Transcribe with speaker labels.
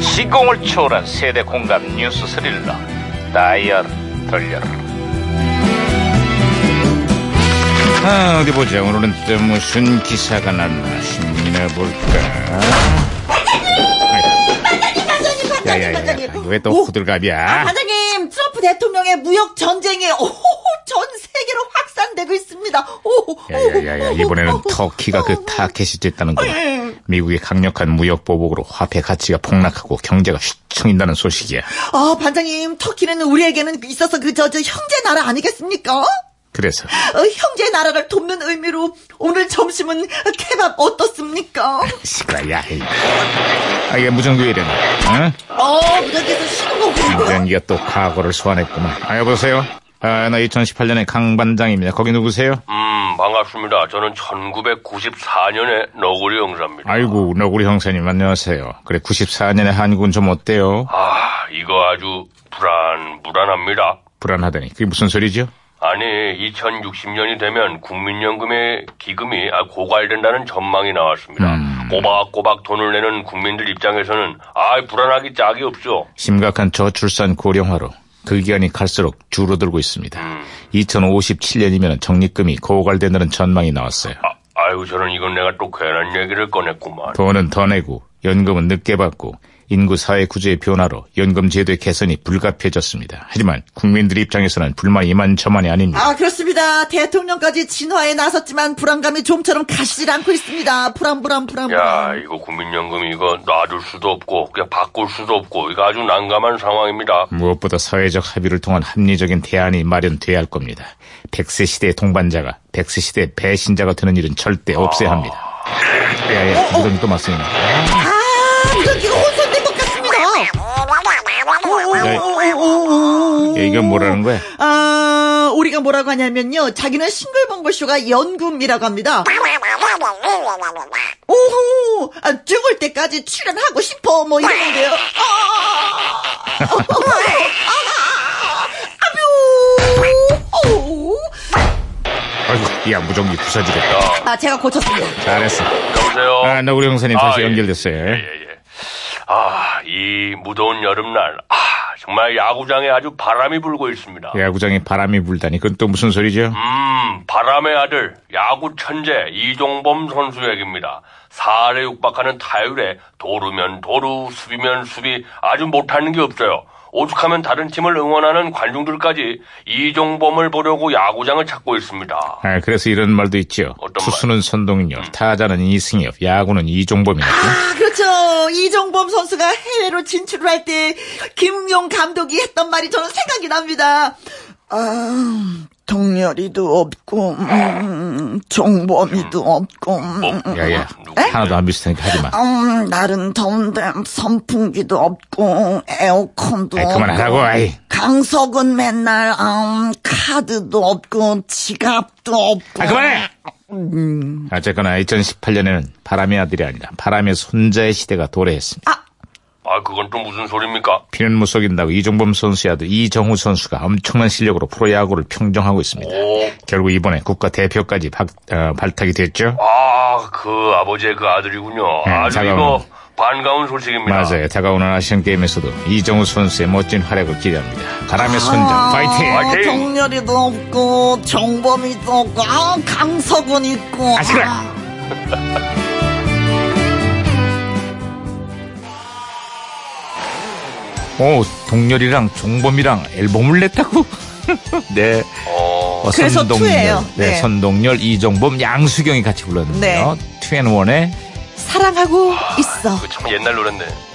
Speaker 1: 시공을 초월한 세대 공감 뉴스 스릴러 다이얼 돌려라 아, 어디 보자 오늘은 또 무슨 기사가 났나 신나 볼까
Speaker 2: 반장님, 반장님,
Speaker 1: 야야야
Speaker 2: 반장님.
Speaker 1: 왜
Speaker 2: 오,
Speaker 1: 또
Speaker 2: 아,
Speaker 1: 호들갑이야
Speaker 2: 반장님, 트럼프 대통령의 무역 전쟁이 오, 전 세계로 확산되고 있습니다. 오,
Speaker 1: 야야야야 이번에는 터키가 그 타켓이 됐다는 거 미국의 강력한 무역 보복으로 화폐 가치가 폭락하고 경제가 휘청인다는 소식이야
Speaker 2: 아, 반장님, 터키는 우리에게는 있어서 그 저 저 형제 나라 아니겠습니까? 어,
Speaker 1: 그래서
Speaker 2: 형제 나라를 돕는 의미로 오늘 점심은 케밥 어떻습니까?
Speaker 1: 시끄러야 아, 이게 무전기이래 응?
Speaker 2: 어, 무전기에서 신호가 오고 있어요.
Speaker 1: 무전기가 또 과거를 소환했구만. 아, 여보세요? 아, 나 2018년의 강반장입니다. 거기 누구세요?
Speaker 3: 음, 반갑습니다. 저는 1994년에 너구리 형사입니다.
Speaker 1: 아이고, 너구리 형사님, 안녕하세요. 그래, 94년의 한국은 좀 어때요?
Speaker 3: 아, 이거 아주 불안, 불안합니다.
Speaker 1: 불안하다니. 그게 무슨 소리죠?
Speaker 3: 아니, 2060년이 되면 국민연금의 기금이 아, 고갈된다는 전망이 나왔습니다.
Speaker 1: 음.
Speaker 3: 꼬박꼬박 돈을 내는 국민들 입장에서는, 아, 불안하기 짝이 없죠.
Speaker 1: 심각한 저출산 고령화로 그 기간이 갈수록 줄어들고 있습니다. 2057년이면 적립금이 고갈된다는 전망이 나왔어요.
Speaker 3: 아, 아유, 저는 이건 내가 또 괜한 얘기를 꺼냈구만.
Speaker 1: 돈은 더 내고, 연금은 늦게 받고, 인구 사회 구조의 변화로 연금 제도의 개선이 불가피해졌습니다. 하지만 국민들 입장에서는 불만이 이만저만이 아닙니다.
Speaker 2: 아, 그렇습니다. 대통령까지 진화에 나섰지만 불안감이 좀처럼 가시질 않고 있습니다. 불안, 불안, 불안, 불안.
Speaker 3: 야, 이거 국민연금 이거 놔둘 수도 없고, 그냥 바꿀 수도 없고, 이거 아주 난감한 상황입니다.
Speaker 1: 무엇보다 사회적 합의를 통한 합리적인 대안이 마련돼야 할 겁니다. 100세 시대의 동반자가 100세 시대의 배신자가 되는 일은 절대 없애야 합니다. 야야, 무덤이 또 맞습니다.
Speaker 2: 아, 무전기가 혼선된 것 같습니다.
Speaker 1: 야, 예, 이건 뭐라는 거야?
Speaker 2: 아, 우리가 뭐라고 하냐면요. 자기는 싱글벙글쇼가 연금이라고 합니다. 오호, 아, 죽을 때까지 출연하고 싶어, 뭐 이런 건데요. 아, 어, 어, 어, 아, 아뵤. 오.
Speaker 1: 아이고, 야 무전기 부서지겠다.
Speaker 2: 아, 제가 고쳤습니다.
Speaker 1: 잘했어.
Speaker 3: 여보세요?
Speaker 1: 아, 너구리 형사님 다시
Speaker 3: 아, 예.
Speaker 1: 연결됐어요.
Speaker 3: 예, 예. 아, 이 무더운 여름날, 아, 정말 야구장에 아주 바람이 불고 있습니다.
Speaker 1: 야구장에 바람이 불다니 그건 또 무슨 소리죠?
Speaker 3: 예. 음, 바람의 아들, 야구 천재 이종범 선수 얘기입니다. 4할에 육박하는 타율에 도루면 도루, 수비면 수비, 아주 못하는 게 없어요. 오죽하면 다른 팀을 응원하는 관중들까지 이종범을 보려고 야구장을 찾고 있습니다.
Speaker 1: 아, 그래서 이런 말도 있죠.
Speaker 3: 어떤 말?
Speaker 1: 투수는 선동인요, 타자는 이승엽, 야구는 이종범이냐.
Speaker 2: 아, 그렇죠. 이종범 선수가 해외로 진출을 할 때 김용 감독이 했던 말이 저는 생각이 납니다. 아, 동열이도 없고 음, 종범이도 없고 음,
Speaker 1: 야야,
Speaker 3: 누구야?
Speaker 1: 하나도 안 비슷하니까 하지 마.
Speaker 2: 음, 날은 더운데 선풍기도 없고 에어컨도
Speaker 1: 아이, 그만하라고, 아이.
Speaker 2: 강석은 맨날 음, 카드도 없고 지갑도 없고
Speaker 1: 아, 그만해!
Speaker 2: 음.
Speaker 1: 어쨌거나 2018년에는 바람의 아들이 아니라 바람의 손자의 시대가 도래했습니다.
Speaker 3: 아, 그건 또 무슨 소리입니까?
Speaker 1: 피는 못 속인다고 이종범 선수의 아들 이정후 선수가 엄청난 실력으로 프로야구를 평정하고 있습니다.
Speaker 2: 어.
Speaker 3: 오,
Speaker 1: 결국 이번에 국가대표까지 박- 어, 발탁이 됐죠?
Speaker 3: 아, 그 아버지의 그 아들이군요.
Speaker 1: 네,
Speaker 3: 아주
Speaker 1: 잘
Speaker 3: 이거
Speaker 1: 나오네.
Speaker 3: 반가운 소식입니다.
Speaker 1: 맞아요. 다가오는 아시안 게임에서도 이정후 선수의 멋진 활약을 기대합니다.
Speaker 2: 아.
Speaker 1: 바람의 손자, 파이팅!
Speaker 3: 화이팅!
Speaker 2: 정렬이도 없고 정범이도 없고 아, 강석은 있고
Speaker 1: 아, 시끄러! 오, 동열이랑 종범이랑 앨범을 냈다고? 네.
Speaker 3: 어,
Speaker 1: 어,
Speaker 2: 그래서 투예요.
Speaker 1: 네,
Speaker 2: 네.
Speaker 1: 선동열, 이종범, 양수경이 같이 불렀는데요. 투앤원의
Speaker 2: 사랑하고 있어
Speaker 3: 그 그참 옛날 노랜데.